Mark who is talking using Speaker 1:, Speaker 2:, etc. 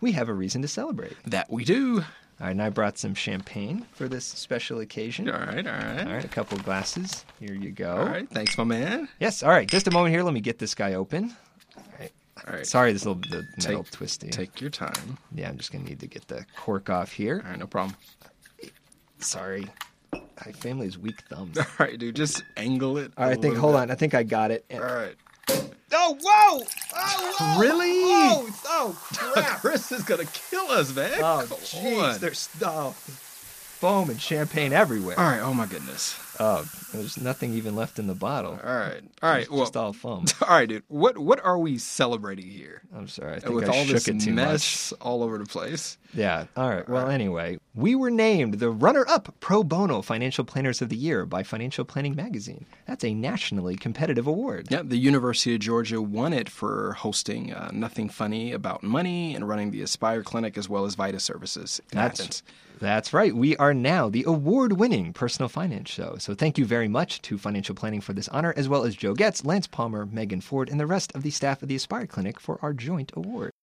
Speaker 1: we have a reason to celebrate.
Speaker 2: That we do.
Speaker 1: All right, and I brought some champagne for this special occasion.
Speaker 2: All right, all right.
Speaker 1: All right, Oh. a couple glasses. Here you go.
Speaker 2: All right, thanks, my man.
Speaker 1: Yes, all right. Just a moment here. Let me get this guy open.
Speaker 2: All right,
Speaker 1: Sorry, this little the
Speaker 2: Take-
Speaker 1: metal twisty.
Speaker 2: take your time.
Speaker 1: Yeah, I'm just gonna need to get the cork off here.
Speaker 2: All right, no problem.
Speaker 1: Sorry, my family's weak thumbs.
Speaker 2: All right, dude, just angle it.
Speaker 1: All right, I think. Hold on, I think I got it.
Speaker 2: All right.
Speaker 3: Oh, whoa! Oh, whoa!
Speaker 1: Really?
Speaker 3: Oh, oh, crap!
Speaker 2: Chris is gonna kill us, man.
Speaker 1: Oh,
Speaker 2: Come
Speaker 1: jeez,
Speaker 2: on.
Speaker 1: there's oh, foam and champagne everywhere.
Speaker 2: All right. Oh my goodness.
Speaker 1: Oh, there's nothing even left in the bottle.
Speaker 2: All right. All right.
Speaker 1: It's
Speaker 2: Well.
Speaker 1: just all foam.
Speaker 2: All right, dude. What what are we celebrating here?
Speaker 1: I'm sorry, I think
Speaker 2: With
Speaker 1: I
Speaker 2: all
Speaker 1: shook
Speaker 2: this
Speaker 1: it too much.
Speaker 2: mess all over the place.
Speaker 1: Yeah. All right. Well, anyway, we were named the runner up pro bono financial planners of the year by Financial Planning Magazine. That's a nationally competitive award.
Speaker 2: Yeah, the University of Georgia won it for hosting uh, Nothing Funny About Money and running the Aspire Clinic as well as Vita Services in Athens.
Speaker 1: That's, that's right. We are now the award winning personal finance show. So thank you very much to Financial Planning for this honor, as well as Joe Getz, Lance Palmer, Megan Ford, and the rest of the staff of the Aspire Clinic for our joint award.